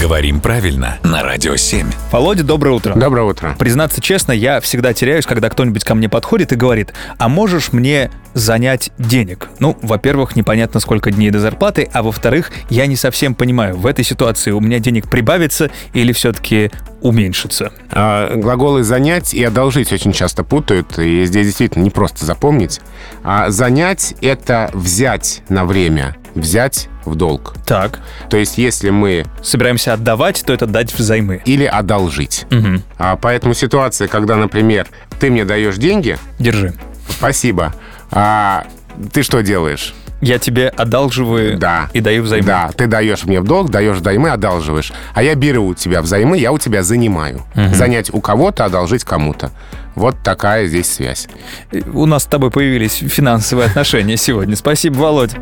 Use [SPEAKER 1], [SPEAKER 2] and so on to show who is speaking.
[SPEAKER 1] Говорим правильно на Радио 7.
[SPEAKER 2] Володя, доброе утро.
[SPEAKER 3] Доброе утро.
[SPEAKER 2] Признаться честно, я всегда теряюсь, когда кто-нибудь ко мне подходит и говорит, а можешь мне занять денег? Ну, во-первых, непонятно, сколько дней до зарплаты, а во-вторых, я не совсем понимаю, в этой ситуации у меня денег прибавится или все-таки уменьшится.
[SPEAKER 3] А, Глаголы «занять» и «одолжить» очень часто путают, и здесь действительно не просто запомнить. А «занять» — это взять на время, взять в долг.
[SPEAKER 2] Так,
[SPEAKER 3] То есть если мы...
[SPEAKER 2] собираемся отдавать, то это дать взаймы.
[SPEAKER 3] Или одолжить.
[SPEAKER 2] Мгм.
[SPEAKER 3] А, поэтому ситуация, когда, например, ты мне даешь деньги,
[SPEAKER 2] Держи.
[SPEAKER 3] спасибо, а ты что делаешь?
[SPEAKER 2] Я тебе одалживаю
[SPEAKER 3] Да.
[SPEAKER 2] и даю взаймы.
[SPEAKER 3] Да, ты даешь мне в долг, даешь взаймы, одалживаешь. А я беру у тебя взаймы, я у тебя занимаю. Занять у кого-то, одолжить кому-то. Вот такая здесь связь.
[SPEAKER 2] У нас с тобой появились финансовые отношения сегодня. Спасибо, Володь.